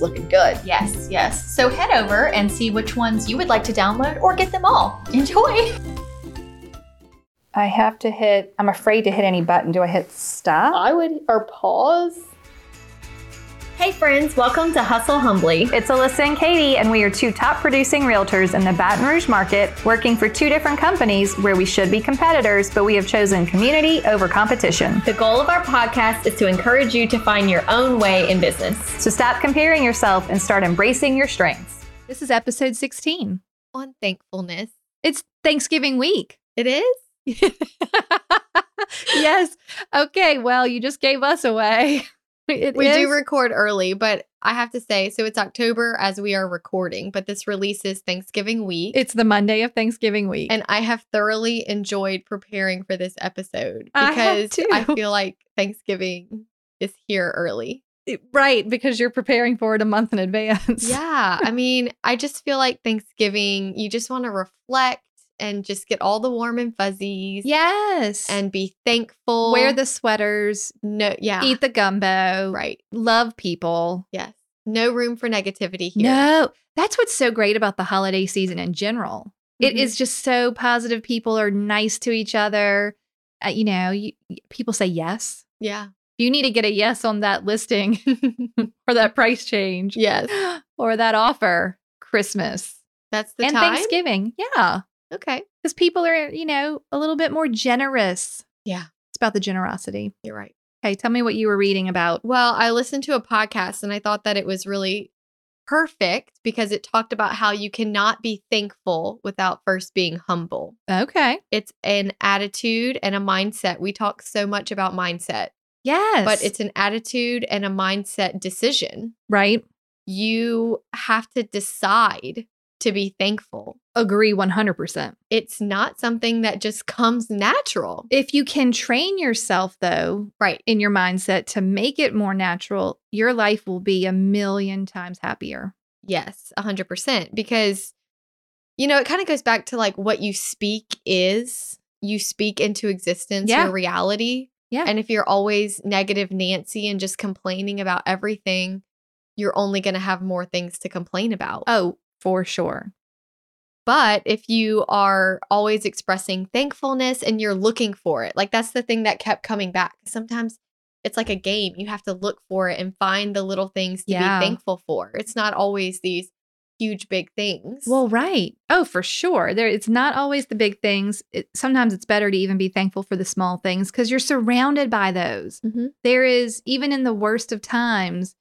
looking good. Yes, yes. So head over and see which ones you would like to download or get them all. Enjoy. I have to hit, I'm afraid to hit any button. Do I hit stop? I would, or pause. Hey, friends, welcome to Hustle Humbly. It's Alyssa and Katie, and we are two top producing realtors in the Baton Rouge market, working for two different companies where we should be competitors, but we have chosen community over competition. The goal of our podcast is to encourage you to find your own way in business. So stop comparing yourself and start embracing your strengths. This is episode 16. On thankfulness. It's Thanksgiving week. It is? yes. Okay. Well, you just gave us away. It We is- do record early, but I have to say, so it's October as we are recording, but this releases Thanksgiving week. it's the Monday of Thanksgiving week. and I have thoroughly enjoyed preparing for this episode I have because I, too. feel like Thanksgiving is here early. It- right. Because you're preparing for it a month in advance. Yeah. I mean, I just feel like Thanksgiving, you just want to reflect and just get all the warm and fuzzies Yes. and be thankful. wear the sweaters, no, yeah. eat the gumbo, right. love people. Yes. No room for negativity here. No, that's what's so great about the holiday season in general. It Mhm. is just so positive. People are nice to each other. Uh, you know, you, people say yes. Yeah. You need to get a yes on that listing or that price change Yes. or that offer. Christmas That's the and time. Thanksgiving. Yeah. Okay. Because people are, you know, a little bit more generous. Yeah. It's about the generosity. You're right. Okay. Tell me what you were reading about. Well, I listened to a podcast and I thought that it was really perfect because it talked about how you cannot be thankful without first being humble. Okay. It's an attitude and a mindset. We talk so much about mindset, Yes. but it's an attitude and a mindset decision. right. You have to decide to be thankful. Agree 100%. It's not something that just comes natural. If you can train yourself, though, Right. in your mindset to make it more natural, your life will be a million times happier. Yes, 100%. Because, you know, it kind of goes back to like what you speak is. You speak into existence Yeah. your reality. Yeah. And if you're always negative Nancy and just complaining about everything, you're only going to have more things to complain about. Oh, for sure. But if you are always expressing thankfulness and you're looking for it, like that's the thing that kept coming back. Sometimes it's like a game. You have to look for it and find the little things to Yeah. be thankful for. It's not always these huge, big things. Well, right. Oh, for sure. There, it's not always the big things. It, sometimes it's better to even be thankful for the small things because you're surrounded by those. Mhm. There is, even in the worst of times,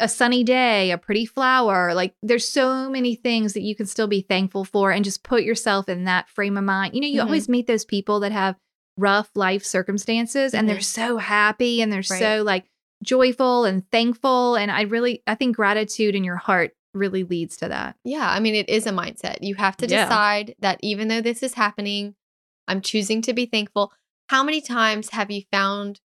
a sunny day, a pretty flower. Like there's so many things that you can still be thankful for and just put yourself in that frame of mind. You know, you Mhm. always meet those people that have rough life circumstances and they're Mhm. so happy and they're Right. so like joyful and thankful. And I really, I think gratitude in your heart really leads to that. Yeah, I mean, it is a mindset. You have to Yeah. decide that even though this is happening, I'm choosing to be thankful. How many times have you found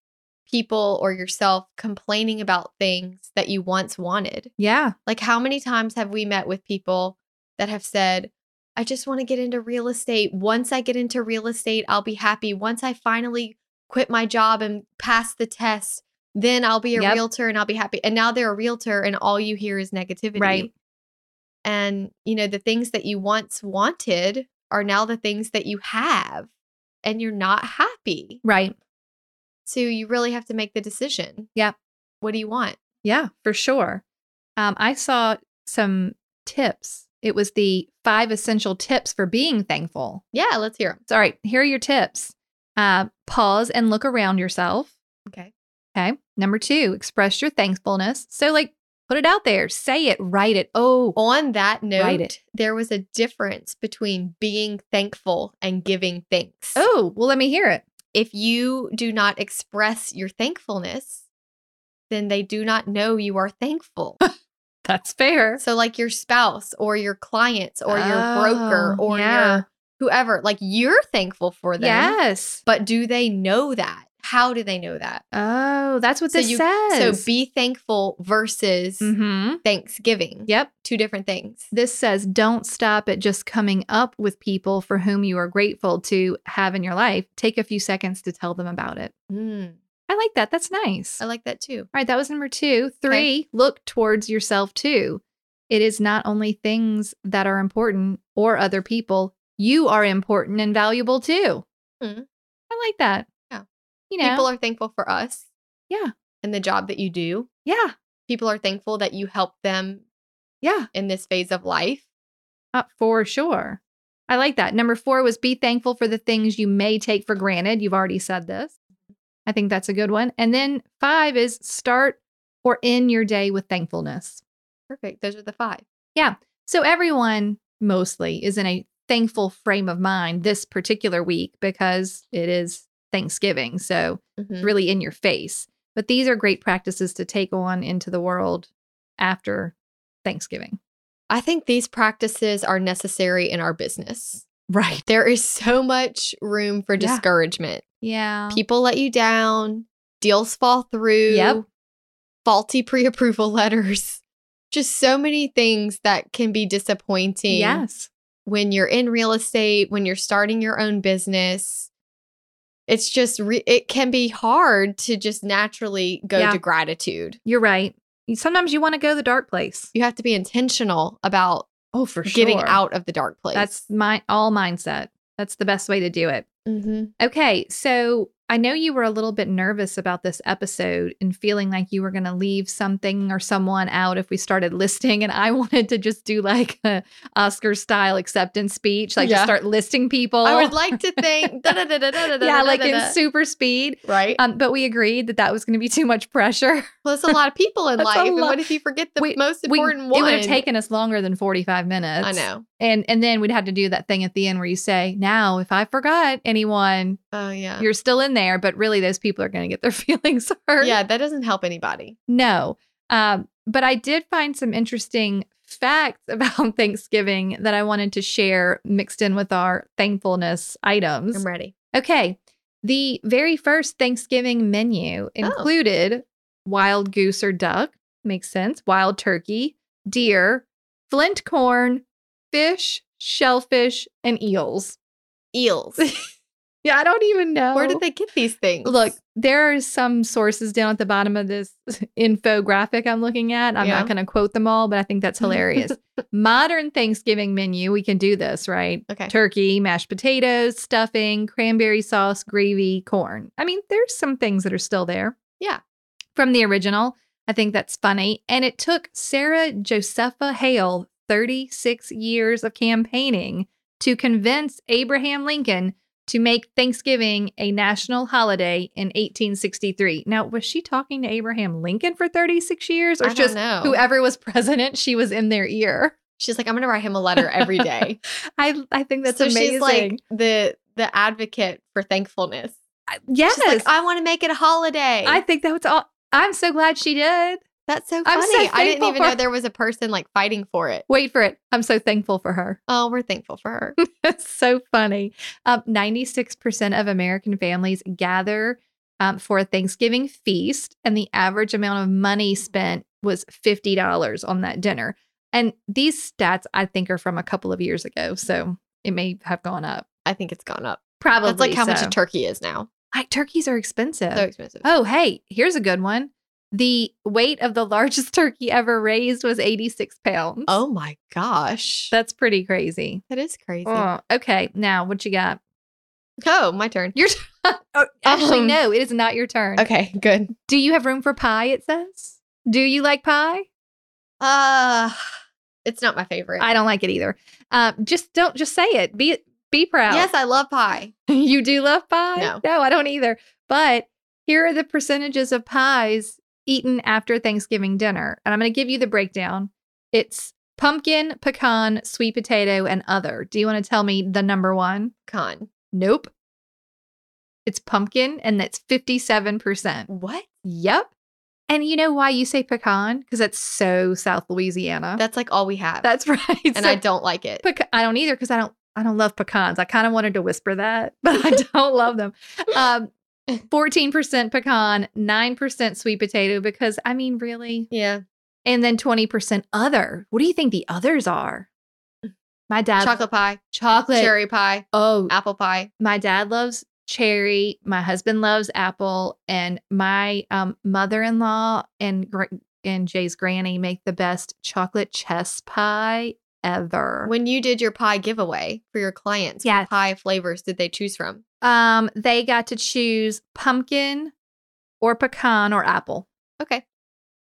people or yourself complaining about things that you once wanted? Yeah. Like, how many times have we met with people that have said, I just want to get into real estate. Once I get into real estate, I'll be happy. Once I finally quit my job and pass the test, then I'll be a Yep. realtor and I'll be happy. And now they're a realtor, and all you hear is negativity. Right. And, you know, the things that you once wanted are now the things that you have, and you're not happy. Right. So you really have to make the decision. Yep. What do you want? Yeah, for sure. Um, I saw some tips. It was the five essential tips for being thankful. Yeah, let's hear them. So, all right, here are your tips. Uh, pause and look around yourself. Okay. Okay. Number two, express your thankfulness. So, like, put it out there, say it, write it. Oh, On that Write note, it. there was a difference between being thankful and giving thanks. oh, well, let me hear it. If you do not express your thankfulness, then they do not know you are thankful. That's fair. So like your spouse or your clients or your broker Oh, or yeah. your whoever, like you're thankful for them. Yes. But do they know that? How do they know that? Oh, that's what So this you- says. So be thankful versus hmm Thanksgiving. Yep. Two different things. This says don't stop at just coming up with people for whom you are grateful to have in your life. Take a few seconds to tell them about it. Mm, I like that. That's nice. I like that too. All right, that was number two. Three, look towards yourself too. It is not only things that are important or other people, you are important and valuable too. Hmm. I like that. Yeah. You know, People are thankful for us. Yeah. And the job that you do. yeah, People are thankful that you help them yeah, in this phase of life. uh, for sure. I like that. Number four was be thankful for the things you may take for granted. You've already said this. I think that's a good one. And then five is start or end your day with thankfulness. Perfect. Those are the five. So everyone mostly is in a thankful frame of mind this particular week because it is Thanksgiving. So it's Mhm. really in your face. But these are great practices to take on into the world after Thanksgiving. I think these practices are necessary in our business. Right. There is so much room for Yeah. discouragement. Yeah. People let you down, deals fall through, Yep. faulty pre approval letters, just so many things that can be disappointing Yes. when you're in real estate, when you're starting your own business. It's just, re- it can be hard to just naturally go Yeah. to gratitude. You're right. You- Sometimes you want to go the dark place. You have to be intentional about Oh, for getting out of the dark place. That's my all mindset. That's the best way to do it. hmm Okay, so I know you were a little bit nervous about this episode and feeling like you were going to leave something or someone out if we started listing. And I wanted to just do like a Oscar style acceptance speech, like Yeah. just start listing people. I would like to think, da, da, da, da, da, da, yeah, da, Oh. like da, in da. super speed. right? Um, but we agreed that that was going to be too much pressure. Well, that's a lot of people in That's a life. And lot. what if you forget the We- most We- important It one? would have taken us longer than forty five minutes. I know. and and then we'd have to do that thing at the end where you say, "Now, if I forgot anyone, Oh yeah. you're still in there." But really, those people are going to get their feelings hurt. yeah, that doesn't help anybody. No. Um, but I did find some interesting facts about Thanksgiving that I wanted to share mixed in with our thankfulness items. I'm ready. Okay. The very first Thanksgiving menu included wild goose or duck, makes sense, wild turkey, deer, flint corn, fish, shellfish, and eels. Eels. Yeah, I don't even know. Where did they get these things? Look, there are some sources down at the bottom of this infographic I'm looking at. I'm Yeah. not going to quote them all, but I think that's hilarious. Modern Thanksgiving menu, we can do this, right? Okay. Turkey, mashed potatoes, stuffing, cranberry sauce, gravy, corn. I mean, there's some things that are still there. Yeah. From the original. I think that's funny. And it took Sarah Josepha Hale 36 years of campaigning to convince Abraham Lincoln to make Thanksgiving a national holiday in 1863. Now, was she talking to Abraham Lincoln for 36 years I or don't just know. whoever was president, she was in their ear? She's like, I'm gonna write him a letter every day. I I think that's so amazing. she's like the the advocate for thankfulness. I- yes. She's like, I want to make it a holiday. I think that was all. I'm so glad she did. That's so I'm funny. so I didn't thankful even for- know there was a person like fighting for it. Wait for it. I'm so thankful for her. Oh, we're thankful for her. That's so funny. Um, 96% of American families gather um, for a Thanksgiving feast, and the average amount of money spent was $50 on that dinner. And these stats, I think, are from a couple of years ago. So it may have gone up. I think it's gone up. Probably. That's like how much so. a turkey is now. I- turkeys are expensive. So expensive. Oh, hey, here's a good one. The weight of the largest turkey ever raised was 86 pounds. Oh my gosh. that's pretty crazy. that is crazy. Oh, okay, now what you got? oh, my turn. Your oh, actually Um, no, it is not your turn. Okay, good. Do you have room for pie? It says. Do you like pie? Uh it's not my favorite. I don't like it either. Um, just don't just say it. Be be proud. Yes, I love pie. you do love pie. No. I don't either. But here are the percentages of pies eaten after Thanksgiving dinner, and I'm going to give you the breakdown. It's pumpkin, pecan, sweet potato, and other. Do you want to tell me the number one? Con. Nope. It's pumpkin, and that's fifty-seven percent. What? Yep. And you know why you say pecan? Because that's so South Louisiana. That's like all we have. That's right. and Oh. So I don't like it. peca- I don't either because I don't I don't love pecans. I kind of wanted to whisper that, but I don't love them. Um, 14% pecan, 9% sweet potato because I mean really. yeah. And then 20% other. What do you think the others are? My dad Mm. Chocolate pie, chocolate. cherry pie, Oh, apple pie. my dad loves cherry my husband loves apple and my um, mother-in-law and gr- and jay's granny make the best chocolate chess pie ever When you did your pie giveaway for your clients, Yes. what pie flavors did they choose from? um they got to choose pumpkin or pecan or apple Okay.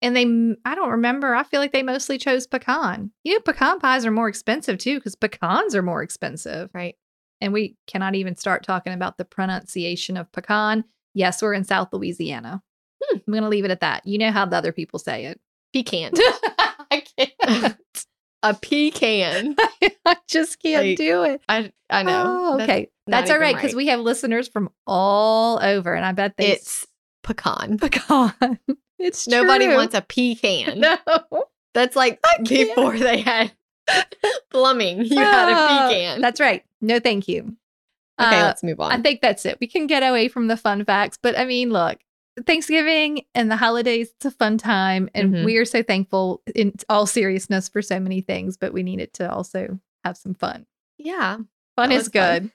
and they m- i don't remember i feel like they mostly chose pecan you know pecan pies are more expensive too because pecans are more expensive Right. and we cannot even start talking about the pronunciation of pecan. Yes, we're in South Louisiana. Hmm. I'm going to leave it at that. You know how the other people say it. Pecan. I can't. A pecan. I just can't Like, do it. I I know. Oh, That's- okay. not That's all even right because right. we have listeners from all over, and I bet they It's pecan. pecan. it's Nobody true. wants a pecan. no. That's like before they had plumbing. You had Oh, a pecan. That's right. No, thank you. okay, Uh, let's move on. I think that's it. We can get away from the fun facts, but I mean, look, Thanksgiving and the holidays, it's a fun time. And Mhm. we are so thankful in all seriousness for so many things, but we needed to also have some fun. yeah. Fun That is was fun.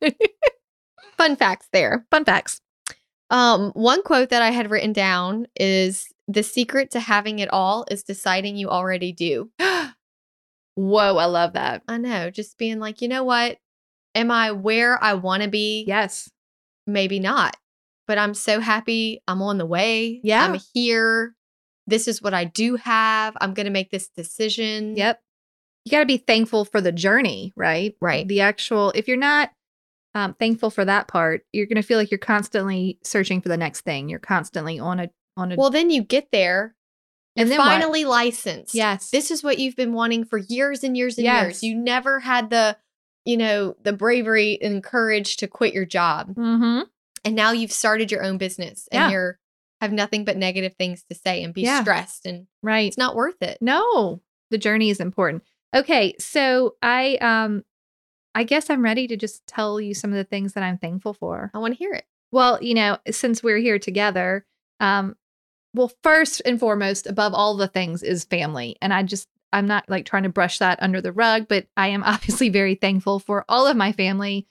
good. Fun facts there. Fun facts. Um, one quote that I had written down is the secret to having it all is deciding you already do. Whoa, I love that. I know, just being like, you know what? Am I where I want to be? Yes. Maybe not. But I'm so happy I'm on the way. Yeah. I'm here. This is what I do have. I'm going to make this decision. Yep. You got to be thankful for the journey, right? Right. The actual, if you're not um, thankful for that part, you're going to feel like you're constantly searching for the next thing. You're constantly on a, on a, Well, then you get there. and You're what? finally licensed. yes. This is what you've been wanting for years and years and Yes. years. You never had the, you know, the bravery and courage to quit your job. mm-hmm. And now you've started your own business and Yeah. you're have nothing but negative things to say and be Yeah. stressed and Right. it's not worth it. No, the journey is important. Okay, so I um I guess I'm ready to just tell you some of the things that I'm thankful for. I want to hear it. Well, you know, since we're here together, um well, first and foremost, above all the things is family. And I just I'm not like trying to brush that under the rug, but I am obviously very thankful for all of my family.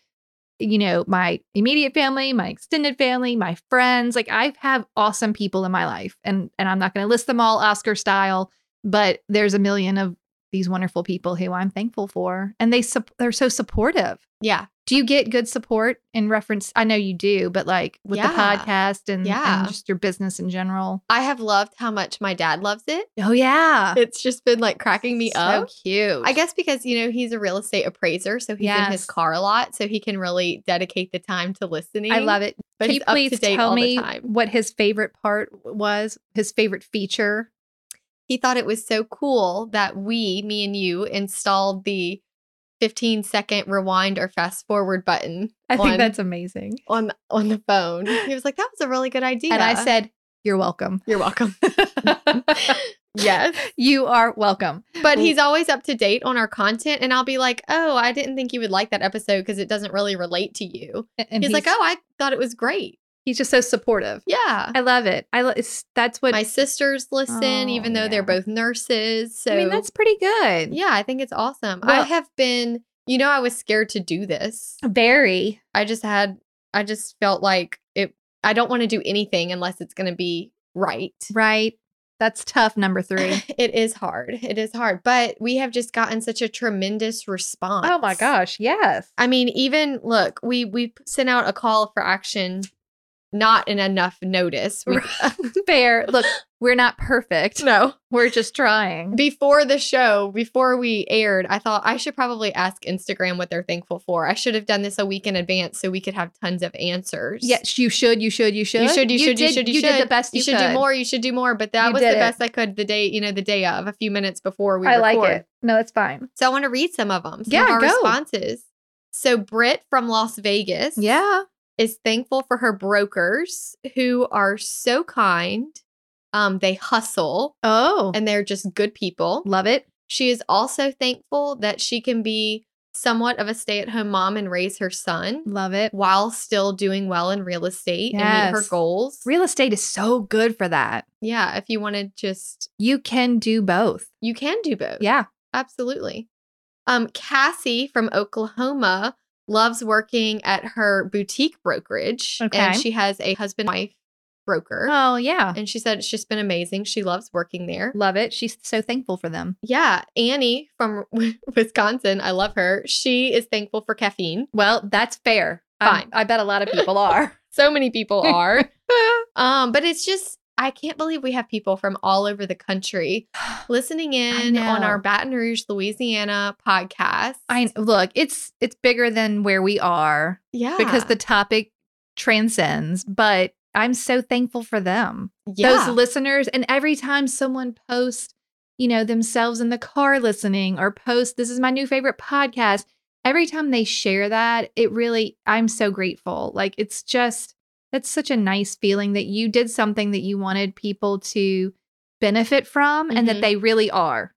You know, my immediate family, my extended family, my friends. Like I have awesome people in my life. And and I'm not going to list them all Oscar style, but there's a million of these wonderful people who I'm thankful for and they sup- they're so supportive. Yeah. Do you get good support in reference? I know you do, but like with the Yeah. podcast and, Yeah. and just your business in general. I have loved how much my dad loves it. Oh yeah, It's just been like cracking me so up. cute. I guess because, you know, he's a real estate appraiser, so he's in Yes. his car a lot, so he can really dedicate the time to listening. I love it. But Can he's you up to please date tell all the me time. what his favorite part was? His favorite feature? he thought it was so cool that we, me and you, installed the 15 second rewind or fast forward button I on- think that's amazing. on on the phone. He was like, "That was a really good idea." And I said, "You're welcome. "You're welcome." yes, you are welcome." but he's always up to date on our content, and I'll be like, "Oh, I didn't think you would like that episode because it doesn't really relate to you." And and He's, like, "Oh, I thought it was great." he's just so supportive. Yeah. I love it. I lo- it's, that's what My sisters listen, even Oh, though yeah. they're both nurses. So I mean. That's pretty good. yeah, I think it's awesome. I Well- Oh. have been, you know, I was scared to do this. Very. I just had I just felt like it I don't want to do anything unless it's going to be right. Right. That's tough, number three. It is hard. It is hard, but we have just gotten such a tremendous response. oh my gosh. Yes. I mean, even look, we we p- sent out a call for action not in enough notice. We, Fair. Look, we're not perfect. no. We're just trying. Before the show, before we aired, I thought I should probably ask Instagram what they're thankful for. I should have done this a week in advance so we could have tons of answers. Yes, you should. You should. You should. You should, you should, you did- should, you did the should. best you, you, should could. do more you should do more but that You was did the it. best i could the day you know the day of a few minutes before we I like record. it. No, that's fine. so i want to read some of them some Yeah, of our go. responses so britt from las vegas Yeah. is thankful for her brokers who are so kind Um, they hustle Oh, and they're just good people. love it. She is also thankful that she can be somewhat of a stay at home mom and raise her son Love it. while still doing well in real estate and meet her Yes. goals. Real estate is so good for that. Yeah, if you want to just, You can do both. you can do both. Yeah. absolutely. Um, Cassie from Oklahoma loves working at her boutique brokerage, Okay. and she has a husband wife broker. Oh, yeah. And she said it's just been amazing. She loves working there. Love it. She's so thankful for them. Yeah, Annie from Wisconsin, I love her. She is thankful for caffeine. Well, that's fair. I'm- Fine. I bet a lot of people are. So many people are. um, but it's just I can't believe we have people from all over the country listening in on know. our Baton Rouge, Louisiana podcast. I look, it's it's bigger than where we are. yeah because the topic transcends, but I'm so thankful for them. yeah. Those listeners and every time someone posts, you know, themselves in the car listening or post this is my new favorite podcast, every time they share that, it really I'm so grateful. Like it's just that's such a nice feeling that you did something that you wanted people to benefit from and Mhm. that they really are.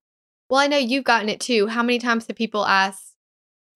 Well, I know you've gotten it too. How many times have people asked?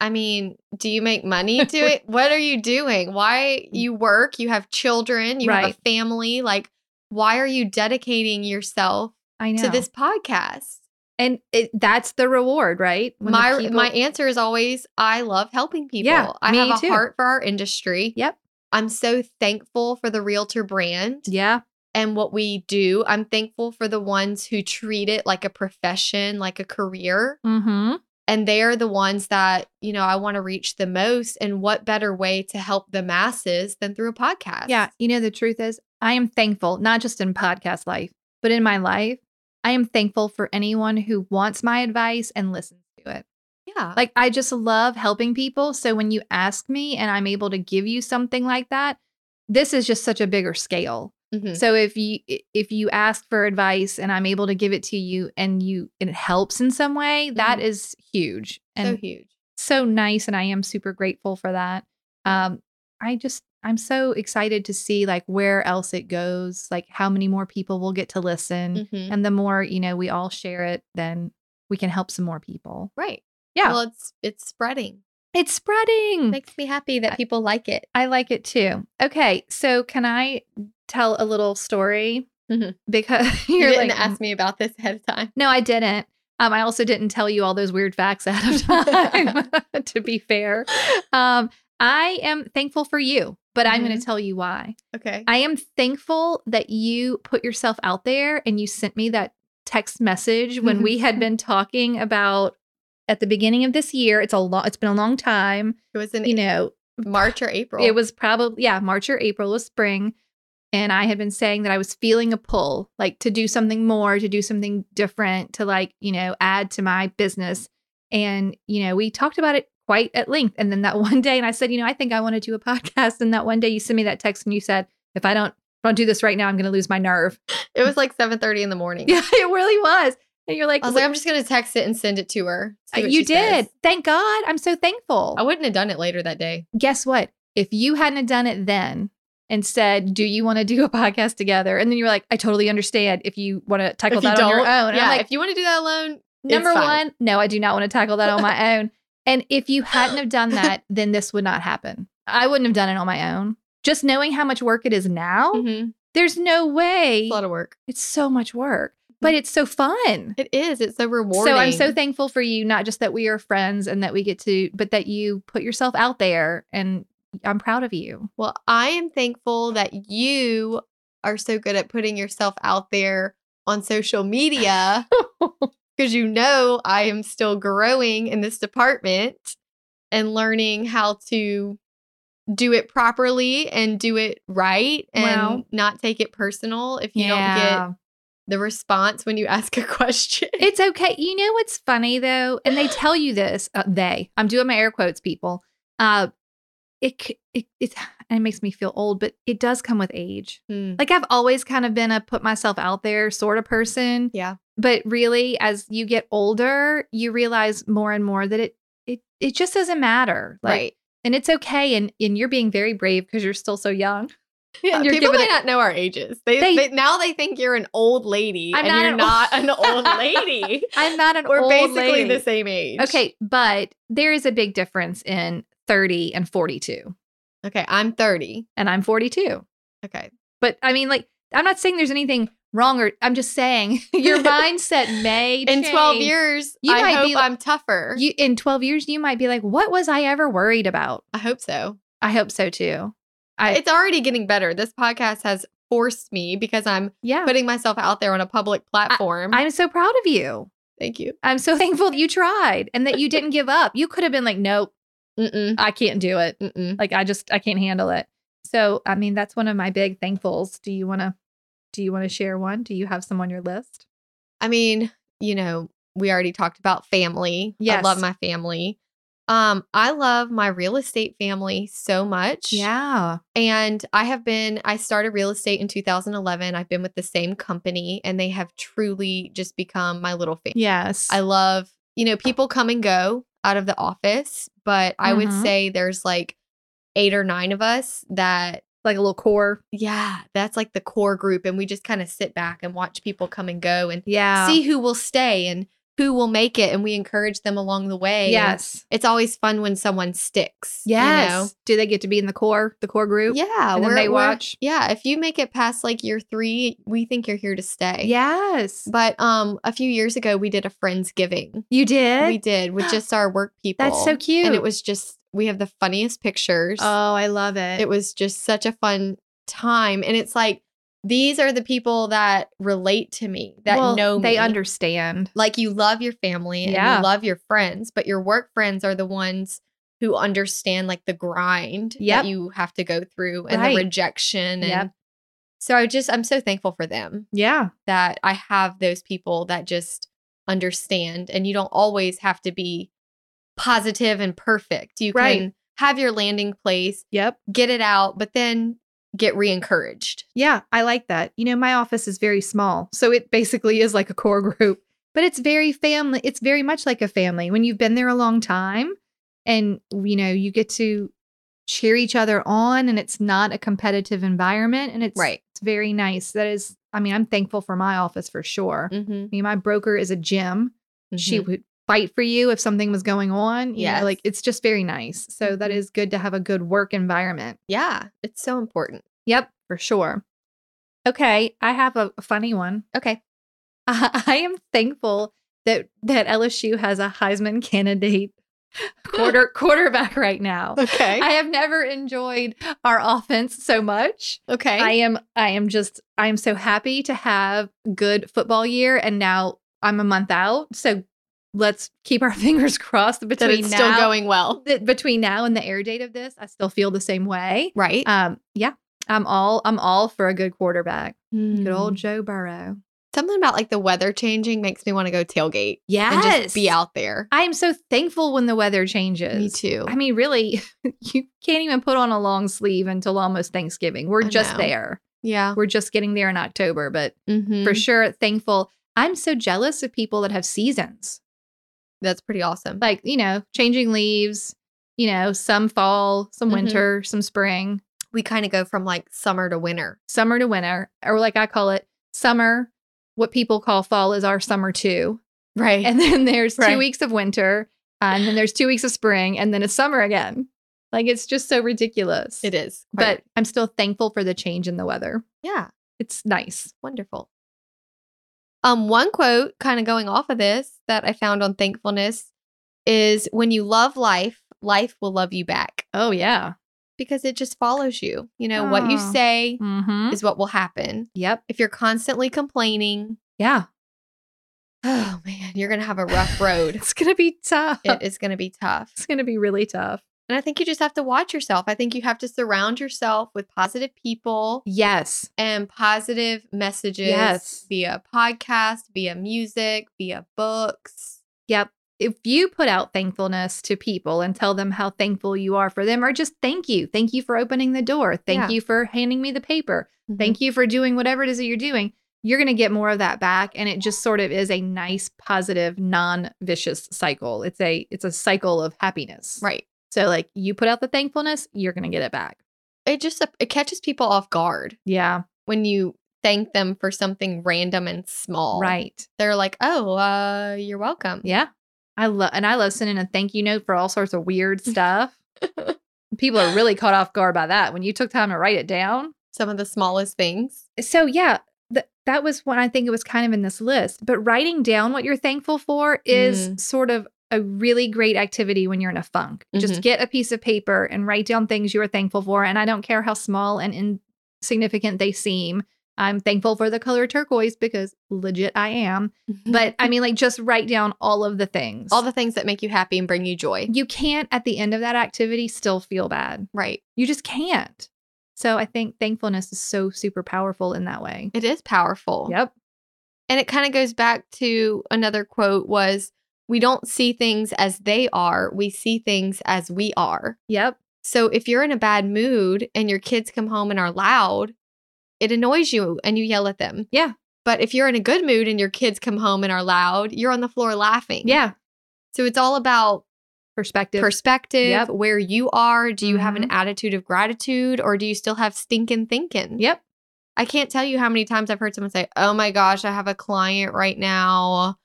I mean, do you make money do it? What are you doing? Why you work? You have children. You have Mm. Right. a family. Like, why are you dedicating yourself I know. to this podcast? and it, that's the reward, right? When the my people- my answer is always I love helping people. Yeah, I me have a too. heart for our industry. Yep. I'm so thankful for the realtor brand Yeah. and what we do. I'm thankful for the ones who treat it like a profession, like a career. Mhm. and they're the ones that you know i want to reach the most and what better way to help the masses than through a podcast Yeah. You know, the truth is, I am thankful, not just in podcast life, but in my life, I am thankful for anyone who wants my advice and listens to it. yeah Like, I just love helping people. So when you ask me and I'm able to give you something like that, this is just such a bigger scale. Mhm. So if you if you ask for advice and I'm able to give it to you and you and it helps in some way, that Mhm. is huge. And so huge so nice and i am super grateful for that um i just i'm so excited to see like where else it goes like how many more people will get to listen Mhm. and the more you know we all share it then we can help some more people right Yeah. Mm. well it's it's spreading it's spreading makes me happy that people like it i like it too okay so can i tell a little story Mhm. because you you're didn't like ask me about this ahead of time No, I didn't. Um, I also didn't tell you all those weird facts ahead of time, to be fair. Um, I am thankful for you, but I'm going to tell you why. okay I am thankful that you put yourself out there and you sent me that text message when we had been talking about at the beginning of this year. It's a long, it's been a long time, it was in you know, march or april it was probably yeah, March or April was spring, and I had been saying that I was feeling a pull, like to do something more, to do something different, to like you know add to my business. And you know we talked about it quite at length. And then that one day, and I said, you know, I think I want to do a podcast. And that one day, you sent me that text, and you said, if I don't if I don't do this right now, I'm going to lose my nerve. it was like seven thirty in the morning Yeah, it really was. And you're like, i was like i'm just gonna text it and send it to her see what Uh, you she says." did. Thank God. I'm so thankful. i wouldn't have done it later that day guess what? If you hadn't done it then and said, "Do you want to do a podcast together?" and then you were like, "I totally understand if you want to tackle If you that on your own." And yeah I'm like, if you want to do that alone it's number fine. one, no, I do not want to tackle that on my own. And if you hadn't have done that, then this would not happen. I wouldn't have done it on my own. Just knowing how much work it is now, Mhm. there's no way it's a lot of work it's so much work, but it's so fun. It is. It's so Mm-hmm. rewarding. So I'm so thankful for you, not just that we are friends and that we get to, but that you put yourself out there and I'm proud of you. well. I am thankful that you are so good at putting yourself out there on social media because you know I am still growing in this department and learning how to do it properly and do it right and Wow. not take it personal if you don't Yeah. get the response when you ask a question. It's okay. You know what's funny though, and they tell you this. Uh, they. I'm doing my air quotes, people. Uh, it c- it it, and it makes me feel old, but it does come with age. Hmm. Like I've always kind of been a put myself out there sort of person. Yeah. But really, as you get older, you realize more and more that it it it just doesn't matter. Like, right. And it's okay. And and you're being very brave because you're still so young. Yeah, And you're Uh, people giving may it- not know our ages. They, They- they, now they think you're an old lady, I'm and not you're an not an old- old lady. I'm not an We're old basically lady. the same age. Okay, but there is a big difference in 30 and 42, Okay. I'm 30. and I'm 42. Okay. But I mean, like, I'm not saying there's anything wrong, or I'm just saying your mindset may In 12 change. years, You I might hope be like- I'm tougher. You, in 12 years, you might be like, what was I ever worried about? I hope so. I hope so too. I- It's already getting better. This podcast has forced me because I'm Yeah. putting myself out there on a public platform. I'm so proud of you. Thank you. I'm so thankful that you tried and that you didn't give up. You could have been like, nope, Mm-mm. I can't do it. Mm-mm. Like, I just, I can't handle it. So, I mean, that's one of my big thankfuls. Do you want to, do you want to share one? Do you have some on your list? I mean, you know, we already talked about family. I Yes. love my family. Um, I love my real estate family so much. Yeah. And I have been, I started real estate in 2011. I've been with the same company and they have truly just become my little family. Yes. I love, you know, people come and go out of the office, but I would Mhm. say there's like eight or nine of us that, like a little core. yeah, that's like the core group. And we just kind of sit back and watch people come and go and Yeah. see who will stay and who will make it. And we encourage them along the way. And yes. It's always fun when someone sticks. you Yes. know? Do they get to be in the core, the core group? Yeah. And then we're- they we're- watch. Yeah. If you make it past like year three, we think you're here to stay. Yes. But um, a few years ago, we did a friendsgiving. you did? We did with just our work people. That's so cute. And it was just we have the funniest pictures. Oh, I love it. it was just such a fun time, and it's like these are the people that relate to me, that Well, know me. They understand. like you love your family and Yeah. you love your friends, but your work friends are the ones who understand like the grind Yep. that you have to go through and Right. the rejection and Yep. so I just I'm so thankful for them Yeah. that I have those people that just understand and you don't always have to be positive and perfect. You Right. can have your landing place, Yep. get it out, but then get re-encouraged. Yeah, I like that. You know, my office is very small, so it basically is like a core group, but it's very family. It's very much like a family when you've been there a long time and, you know, you get to cheer each other on and it's not a competitive environment and it's, Right. it's very nice. That is, I mean, I'm thankful for my office for sure. Mm-hmm. I mean, my broker is a gym. She She would fight for you if something was going on. Yeah. Yes. Like it's just very nice. So that Mhm. is good to have a good work environment. yeah, it's so important. Yep, for sure. Okay, I have a a funny one. Okay. I, I am thankful that that LSU has a Heisman candidate quarter quarterback right now. Okay. I have never enjoyed our offense so much. okay. I am I am just I am so happy to have good football year and now I'm a month out. So let's keep our fingers crossed between that it's now still going well. that between now and the air date of this, I still feel the same way Right. um yeah i'm all i'm all for a good quarterback good Mm. old joe burrow Something about like the weather changing makes me want to go tailgate yes and just be out there. i am so thankful when the weather changes Me too. i mean really you can't even put on a long sleeve until almost thanksgiving we're I just know. there yeah. we're just getting there in october but Mhm. for sure thankful i'm so jealous of people that have seasons That's pretty awesome. like you know changing leaves you know some fall some Mhm. winter some spring we kind of go from like summer to winter. summer to winter or like i call it summer what people call fall is our summer too Right. and then there's two Right. weeks of winter, and then there's two weeks of spring, and then it's summer again. Like it's just so ridiculous. it is. But I'm still thankful for the change in the weather. yeah, It's nice. wonderful. Um, one quote kind of going off of this that I found on thankfulness is when you love life, life will love you back Oh yeah. because it just follows you. You know, what you Aw. say Mm-hmm. is what will happen. Yep. If you're constantly complaining, Yeah. oh man, you're going to have a rough road. It's gonna be tough. it is going to be tough. It's gonna be really tough. And I think you just have to watch yourself. I think you have to surround yourself with positive people Yes. and positive messages Yes. via podcast, via music, via books. Yep. If you put out thankfulness to people and tell them how thankful you are for them, or just thank you, thank you for opening the door, thank Yeah. Mm-hmm. you for handing me the paper, Thank you for doing whatever it is that you're doing. You're going to get more of that back and it just sort of is a nice positive non-vicious cycle. It's a it's a cycle of happiness. Right. So like you put out the thankfulness, you're going to get it back. it just it catches people off guard Yeah. when you thank them for something random and small. Right. They're like, "Oh, uh, you're welcome." Yeah. I love and I love sending a thank you note for all sorts of weird stuff. People are really caught off guard by that when you took time to write it down. Some of the smallest things. So yeah, th- that was when I think it was kind of in this list. But writing down what you're thankful for is sort of a really great activity when you're in a funk. Just get a piece of paper and write down things you are thankful for and I don't care how small and insignificant they seem. I'm thankful for the color turquoise because legit I am. But I mean like just write down all of the things. all the things that make you happy and bring you joy. you can't at the end of that activity still feel bad. Right. You just can't. So I think thankfulness is so super powerful in that way. It is powerful. Yep. And it kind of goes back to another quote was we don't see things as they are, we see things as we are. Yep. So if you're in a bad mood and your kids come home and are loud, it annoys you and you yell at them. Yeah. But if you're in a good mood and your kids come home and are loud, you're on the floor laughing. Yeah. So it's all about Perspective. perspective, Yep. Mm-hmm. where you are. Do you have an attitude of gratitude or do you still have stinking thinking? yep. I can't tell you how many times I've heard someone say, Oh my gosh, I have a client right now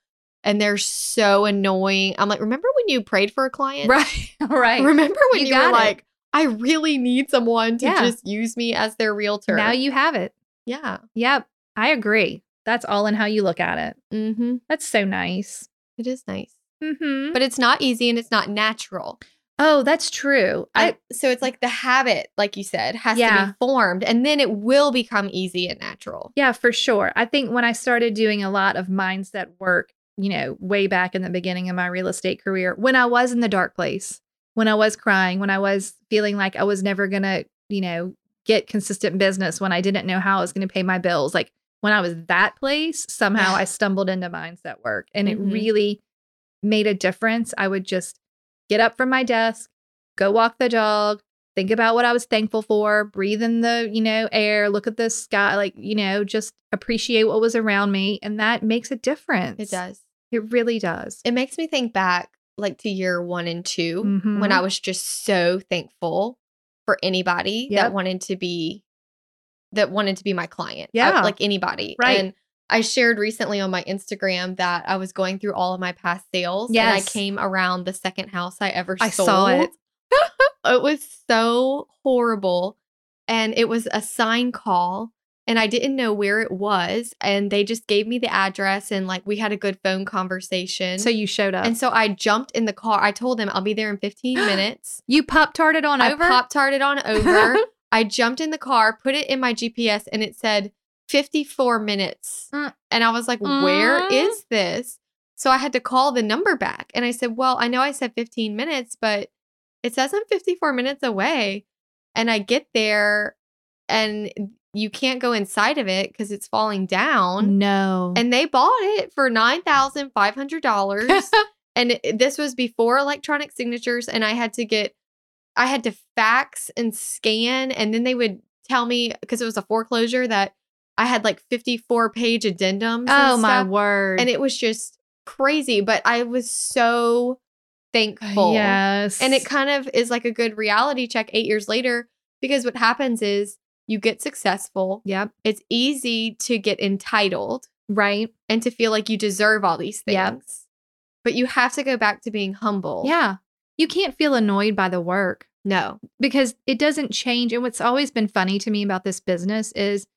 and they're so annoying. I'm like, Remember when you prayed for a client? Right. right. Remember when You you, were got it. like, I really need someone to Yeah. just use me as their realtor? Now you have it. yeah. Yep. I agree. That's all in how you look at it. Mm-hmm. That's so nice. It is nice. Mm-hmm. But it's not easy and it's not natural. oh, that's true. I I, so it's like the habit, like you said, has to Yeah. be formed and then it will become easy and natural. yeah, for sure. I think when I started doing a lot of mindset work, you know, way back in the beginning of my real estate career, when I was in the dark place, when I was crying, when I was feeling like I was never going to, you know, get consistent business, when I didn't know how I was going to pay my bills, like when I was that place, somehow I stumbled into mindset work and Mhm. it really made a difference. I would just get up from my desk, go walk the dog, think about what I was thankful for, breathe in the, you know, air, look at the sky, like, you know, just appreciate what was around me. And that makes a difference. It does. It really does. It makes me think back like to year one and 2 Mhm. when I was just so thankful for anybody Yep. that wanted to be that wanted to be my client. I- Yeah. like anybody. Right. And I shared recently on my Instagram that I was going through all of my past sales. And I Yes. came around the second house I ever I sold. saw it. it was so horrible. And it was a sign call. And I didn't know where it was. And they just gave me the address and like we had a good phone conversation. So you showed up. And so I jumped in the car. I told him I'll be there in 15 minutes. you pop tarted on I over. pop tarted on over. I jumped in the car, put it in my GPS, and it said 54 minutes. Mm. And I was like, where Mm. is this? So I had to call the number back. And I said, well, I know I said 15 minutes, but it says I'm 54 minutes away. And I get there and you can't go inside of it because it's falling down. no. And they bought it for nine thousand five hundred dollars. and it- this was before electronic signatures, and I had to get, I had to fax and scan, and then they would tell me because it was a foreclosure that I had like fifty-four page addendums. oh, and my stuff, word. And it was just crazy, but I was so thankful. Uh, Yes. And it kind of is like a good reality check eight years later because what happens is you get successful. Yep. It's easy to get entitled Right. and to feel like you deserve all these things. Yeah. But you have to go back to being humble. Yeah. You can't feel annoyed by the work. No. because it doesn't change. And what's always been funny to me about this business is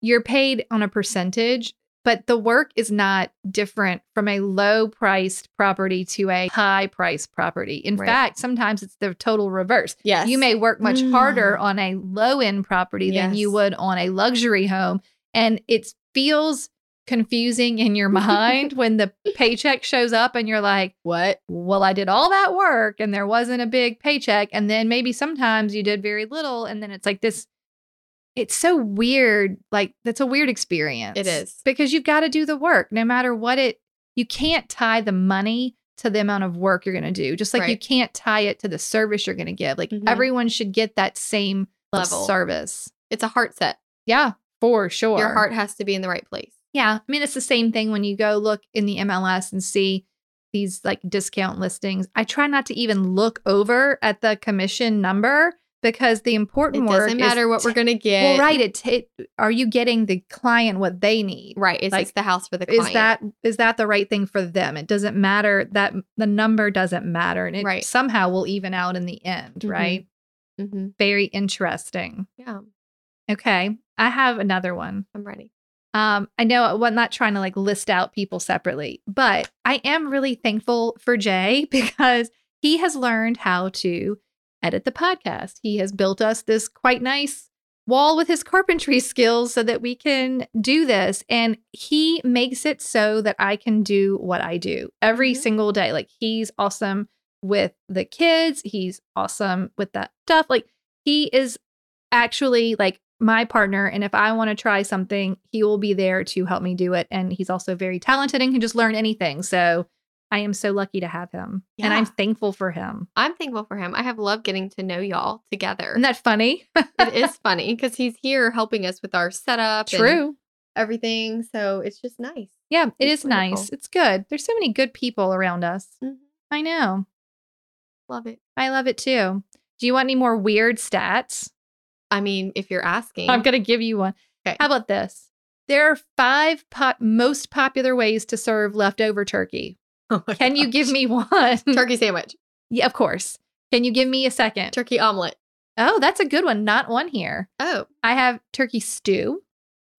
you're paid on a percentage, but the work is not different from a low priced property to a high priced property. In Right. fact, sometimes it's the total reverse. Yes. You may work much Mm. harder on a low end property than you Yes. would on a luxury home. And it feels confusing in your mind when the paycheck shows up and you're like, what? well, I did all that work and there wasn't a big paycheck. And then maybe sometimes you did very little. And then it's like this, it's so weird. Like, that's a weird experience. It is. Because you've got to do the work no matter what it, you can't tie the money to the amount of work you're going to do, just like you Right. can't tie it to the service you're going to give. Like, Mhm. everyone should get that same Mm-hmm. level Level. of service. It's a heart set. Yeah, for sure. Your heart has to be in the right place. Yeah. I mean, it's the same thing when you go look in the MLS and see these like discount listings. I try not to even look over at the commission number because the important It work doesn't is matter what we're gonna get. well, right. It, it are you getting the client what they need? Right. It's, Like, it's the house for the client. Is that is that the right thing for them? It doesn't matter that the number doesn't matter, and it Right. somehow will even out in the end, Mhm. right? Mhm. Very interesting. Yeah. Okay, I have another one. I'm ready. Um, I know I'm not trying to like list out people separately, but I am really thankful for Jay because he has learned how to edit the podcast. He has built us this quite nice wall with his carpentry skills so that we can do this. And he makes it so that I can do what I do every Mhm. single day. Like he's awesome with the kids, he's awesome with that stuff. Like he is actually like my partner and if i want to try something he will be there to help me do it and he's also very talented and can just learn anything so i am so lucky to have him and i'm Yeah. thankful for him I'm thankful for him. I have loved getting to know y'all together. isn't that funny it is funny because he's here helping us with our setup. and true everything. So it's just nice. yeah it It's is nice wonderful. it's good there's so many good people around us Mhm. i know Love it. i love it too do you want any more weird stats I mean, if you're asking, i'm gonna give you one Okay. how about this there are five po- most popular ways to serve leftover turkey Oh my can you gosh. give me one turkey sandwich, Yeah, of course. Can you give me a second? turkey omelet? oh, that's a good one. Not on here. Oh, I have turkey stew.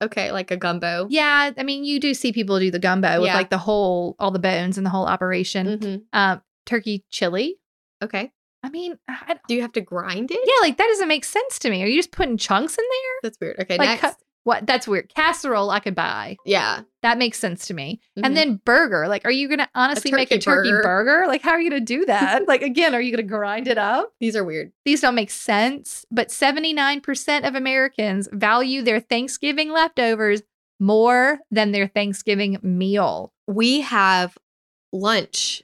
okay, like a gumbo. Yeah, I mean, you do see people do the gumbo with Yeah. like the whole, all the bones and the whole operation. Mhm. Um, turkey chili. Okay. I mean, I, Do you have to grind it? yeah, like that doesn't make sense to me. Are you just putting chunks in there? That's weird. Okay, Like next. cut- What? That's weird. Casserole, I could buy. yeah. That makes sense to me. Mhm. And then burger. Like, are you going to honestly make a turkey Mm-hmm. turkey burger. burger? Like, how are you going to do that? like, again, are you going to grind it up? These are weird. These don't make sense, but 79% of Americans value their Thanksgiving leftovers more than their Thanksgiving meal. We have lunch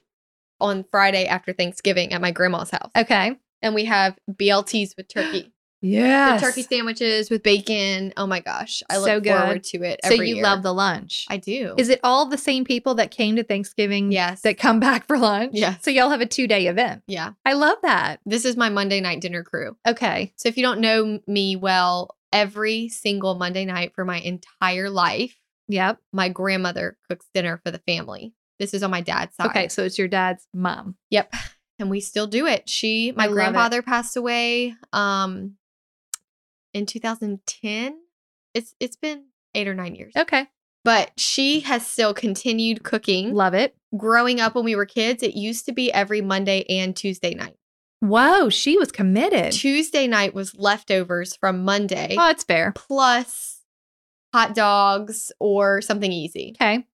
on Friday after Thanksgiving at my grandma's house, Okay. and we have BLTs with turkey. Yeah. The turkey sandwiches with bacon. Oh my gosh, I look So good. forward to it. So Every you year. love the lunch. I do. Is it all the same people that came to Thanksgiving yes. that come back for lunch? Yes. So y'all have a two day event. yeah. I love that. This is my Monday night dinner crew. Okay. So if you don't know me well, every single Monday night for my entire life, Yep. my grandmother cooks dinner for the family. This is on my dad's side. Okay. So it's your dad's mom. Yep. And we still do it. She, I my love it. grandfather passed away um in 2010. It's it's been 8 or 9 years. Okay. But she has still continued cooking. Mm-hmm. Love it. Growing up when we were kids, it used to be every Monday and Tuesday night. Whoa. She was committed. Tuesday night was leftovers from Monday. Oh, it's fair. plus hot dogs or something easy. Okay.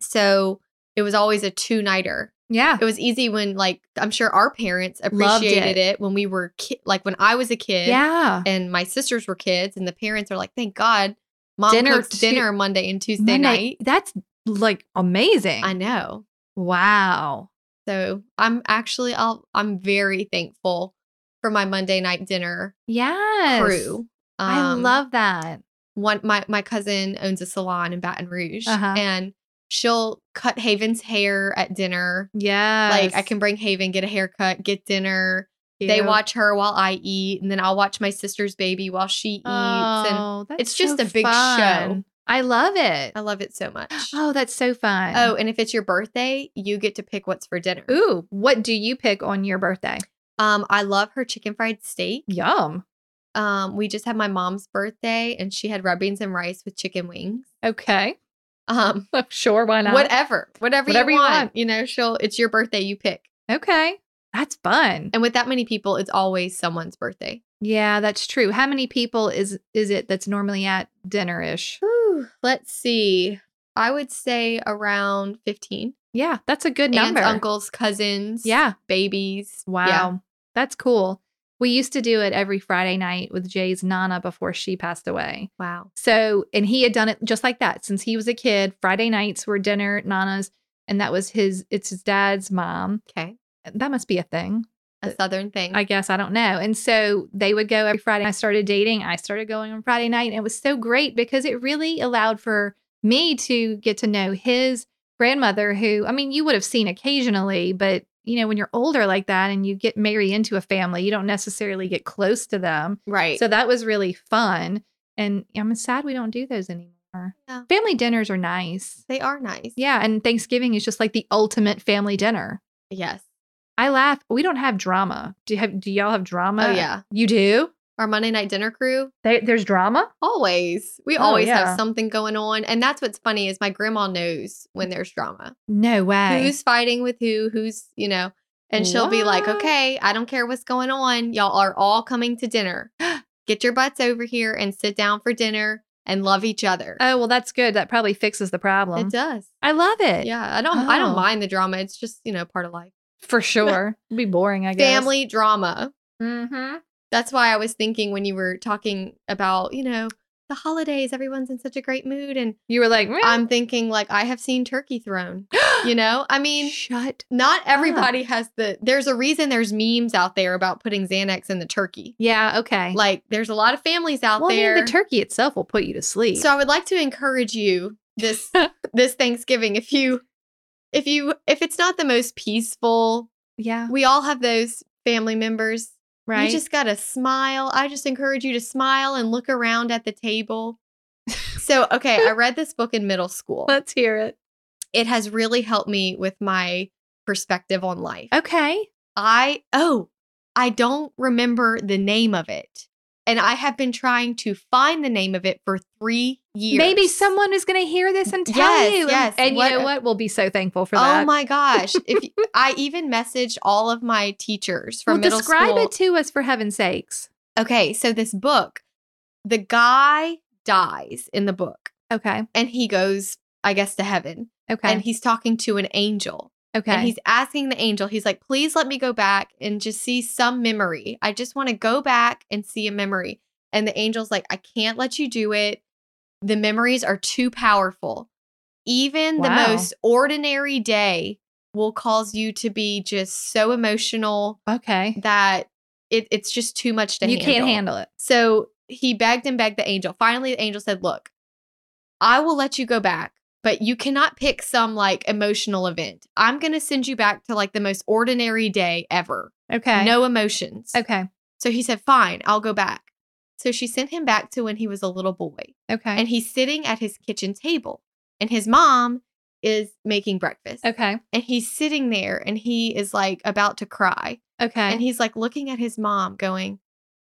So it was always a two nighter. Yeah. It was easy when, like, I'm sure our parents Loved appreciated it. it. when we were, ki- like, when I was a kid Yeah. and my sisters were kids, and the parents are like, thank God mom Dinner cooks Tu- dinner Monday and Tuesday Monday- night. That's like amazing. I know. Wow. So I'm actually, I'll, I'm very thankful for my Monday night dinner Yes. crew. I Um, love that. one my my cousin owns a salon in Baton Rouge Uh-huh. and she'll cut Haven's hair at dinner. Yeah. Like I can bring Haven, get a haircut, get dinner. They watch her while I eat, and then I'll watch my sister's baby while she eats. And Oh, that's it's just so a big show. fun. I love it. I love it so much. Oh, that's so fun. Oh, and if it's your birthday, you get to pick what's for dinner. Ooh, what do you pick on your birthday? Um, I love her chicken fried steak. Yum. Um, we just had my mom's birthday and she had red beans and rice with chicken wings. Okay. Um, Sure, why whatever, whatever, Whatever you, you want. want. You know, she'll. It's your birthday. You pick. Okay. That's fun. And with that many people, it's always someone's birthday. Yeah, that's true. How many people is is it that's normally at dinner ish? Let's see. I would say around fifteen. Yeah, that's a good Aunts, number. uncles, cousins, Yeah. babies. Wow. Yeah. That's cool. We used to do it every Friday night with Jay's Nana before she passed away. Wow. So, and he had done it just like that since he was a kid. Friday nights were dinner at Nana's, and that was his, it's his dad's mom. Okay. That must be a thing. A southern thing. I guess I don't know. And so they would go every Friday. I started dating. I started going on Friday night. And it was so great because it really allowed for me to get to know his grandmother, who, I mean, you would have seen occasionally, but you know, when you're older like that and you get married into a family, you don't necessarily get close to them. Right. So that was really fun. And I'm sad we don't do those anymore. Yeah. Family dinners are nice. they are nice. Yeah. And Thanksgiving is just like the ultimate family dinner. Yes. I laugh. We don't have drama. Do you have do y'all have drama? Oh yeah. You do? Our Monday night dinner crew There, there's drama? always. We Oh, always yeah. have something going on, and that's what's funny is my grandma knows when there's drama. No way. Who's fighting with who? Who's you know? And she'll be like, What? "Okay, I don't care what's going on. Y'all are all coming to dinner. Get your butts over here and sit down for dinner and love each other." oh, well, that's good. That probably fixes the problem. it does. I love it. Yeah, I don't. I Oh. don't mind the drama. It's just you know part of life. For sure. It'd be boring, I guess. Family drama. Mm-hmm. That's why I was thinking when you were talking about you know the holidays. Everyone's in such a great mood, and You were like, "Meh." I'm thinking like I have seen turkey thrown. You know, I mean, shut. not everybody has the. There's a reason there's memes out there about putting Xanax in the turkey. Yeah, okay. Like there's a lot of families out well, I mean, there. the turkey itself will put you to sleep. so I would like to encourage you this this Thanksgiving if you if you if it's not the most peaceful, yeah, we all have those family members. right. You just got to smile. I just encourage you to smile and look around at the table. so, okay, I read this book in middle school. let's hear it. it has really helped me with my perspective on life. Okay. I oh, I don't remember the name of it. And I have been trying to find the name of it for 3 years. Maybe someone is going to hear this and tell Yes, you. and- yes. And, What- you know what? We'll be so thankful for Oh that. my gosh. If you- I even messaged all of my teachers from well, middle describe school. it to us for heaven's sakes. okay, so this book, the guy dies in the book Okay. and he goes I guess to heaven Okay. and he's talking to an angel. okay. And he's asking the angel, he's like, please let me go back and just see some memory. I just want to go back and see a memory. And the angel's like, I can't let you do it. The memories are too powerful. Even Wow. the most ordinary day will cause you to be just so emotional okay. that it, it's just too much to You handle. can't handle it. So he begged and begged the angel. Finally, the angel said, Look, I will let you go back, but you cannot pick some like emotional event. I'm going to send you back to like the most ordinary day ever. Okay. No emotions. Okay. So he said, Fine, I'll go back. So she sent him back to when he was a little boy, Okay. and he's sitting at his kitchen table, and his mom is making breakfast. okay. And he's sitting there and he is like about to cry. Okay. And he's like looking at his mom, going,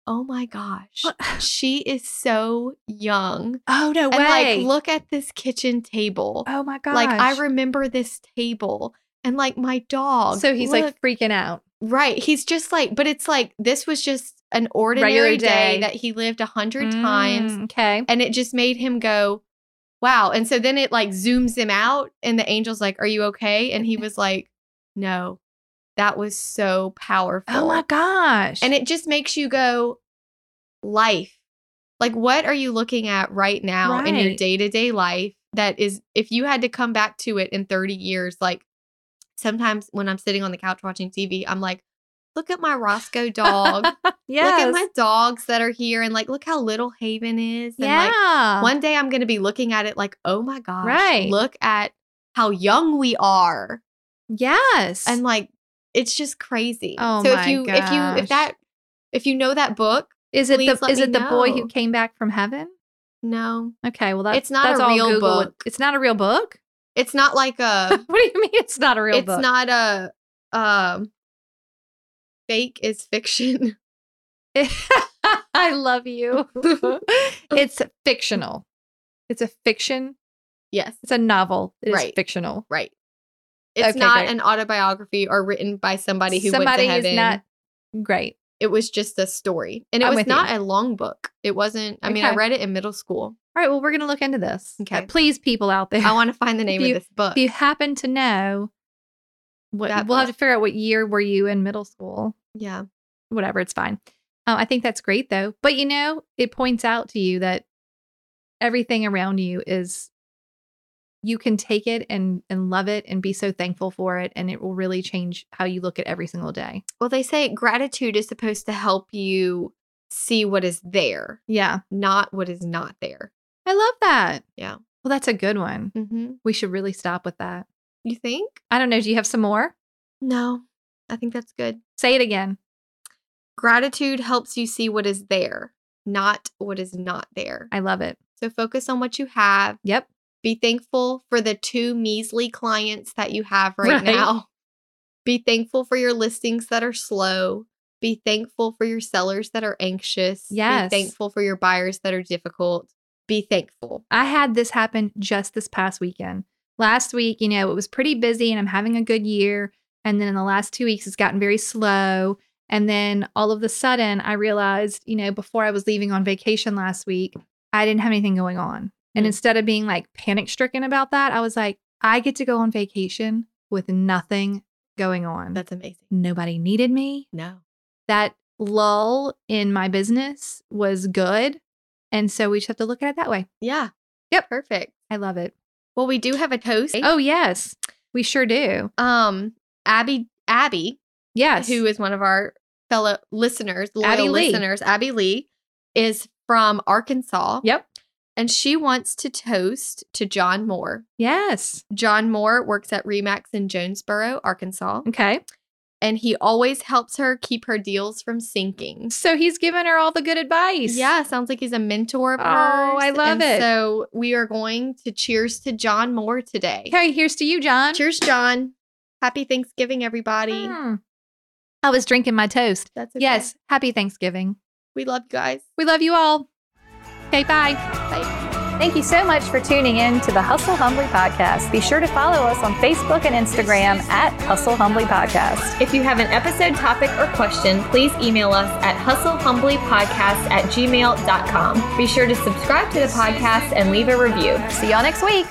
Oh my gosh, she is so young. oh no way. And like, look at this kitchen table. oh my gosh. like, I remember this table and like my dog. So he's Look- like freaking out. right. He's just like, but it's like, this was just an ordinary day. day. that he lived a hundred times. Mm, Okay. And it just made him go, Wow. And so then it like zooms him out, and the angel's like, Are you okay? And he was like, No, that was so powerful. Oh my gosh. And it just makes you go, life. Like, what are you looking at right now in your Right. day to day life that is, if you had to come back to it in 30 years, like sometimes when I'm sitting on the couch watching TV, I'm like, look at my Roscoe dog. Look at Yes. my dogs that are here. And like, look how little Haven is. And like, yeah. one day I'm going to be looking at it like, oh my gosh. Right. Look at how young we are yes. and like it's just crazy. Oh so my if you if you gosh. if that if you know that book, Is it Please the let is me it the boy know. who came back from heaven? no, Okay, well that's It's not that's a all real Google. book. It's not a real book. it's not like a what do you mean it's not a real it's book? not a um fake is fiction. I love you. it's fictional. It's a fiction. yes, It's a novel. It's Right. fictional. right. It's Okay, not great. an autobiography or written by somebody who Somebody went to heaven. who's not great. it was just a story, and it I'm was with you. not a long book. It wasn't. I mean, I Okay. read it in middle school. All right, well we're gonna look into this. Okay. Uh, Please, people out there, I want to find the name you- of this book. if you happen to know, what, That we'll have to book. figure out what year were you in middle school. yeah, whatever, it's fine. Uh, I think that's great though. But you know, it points out to you that everything around you is you can take it and and love it and be so thankful for it and it will really change how you look at every single day. well, they say gratitude is supposed to help you see what is there Yeah. not what is not there. I love that. Yeah. Well, that's a good one. Mm-hmm. We should really stop with that. You think? I don't know, do you have some more? No. I think that's good. Say it again. Gratitude helps you see what is there, not what is not there. I love it. So focus on what you have. Yep. Be thankful for the two measly clients that you have right, Right. now. Be thankful for your listings that are slow. Be thankful for your sellers that are anxious. Yes. Be thankful for your buyers that are difficult. Be thankful. I had this happen just this past weekend. Last week, you know, it was pretty busy and I'm having a good year. And then in the last two weeks, it's gotten very slow. And then all of a sudden, I realized, you know, before I was leaving on vacation last week, I didn't have anything going on. And Mm. instead of being like panic stricken about that, I was like, I get to go on vacation with nothing going on. That's amazing. Nobody needed me No. that lull in my business was good. And so we just have to look at it that way. Yeah. Yep. Perfect. I love it. Well, we do have a toast. Oh, yes. We sure do. Um, Abby Abby Yes. who is one of our fellow listeners, loyal Abby Lee. listeners, Abby Lee, is from Arkansas. Yep. And she wants to toast to John Moore. Yes. John Moore works at Remax in Jonesboro, Arkansas, Okay. and he always helps her keep her deals from sinking. So he's giving her all the good advice. Yeah, sounds like he's a mentor of Oh, hers, I love and it. So we are going to cheers to John Moore today. Okay. Here's to you, John. Cheers, John. Happy Thanksgiving, everybody. Mm. I was drinking my toast. That's okay. Yes. Happy Thanksgiving. We love you guys. We love you all. Okay. Bye. Thank you so much for tuning in to the Hustle Humbly Podcast. Be sure to follow us on Facebook and Instagram at Hustle Humbly Podcast. If you have an episode topic or question, please email us at hustlehumblypodcast at gmail.com. Be sure to subscribe to the podcast and leave a review. See y'all next week.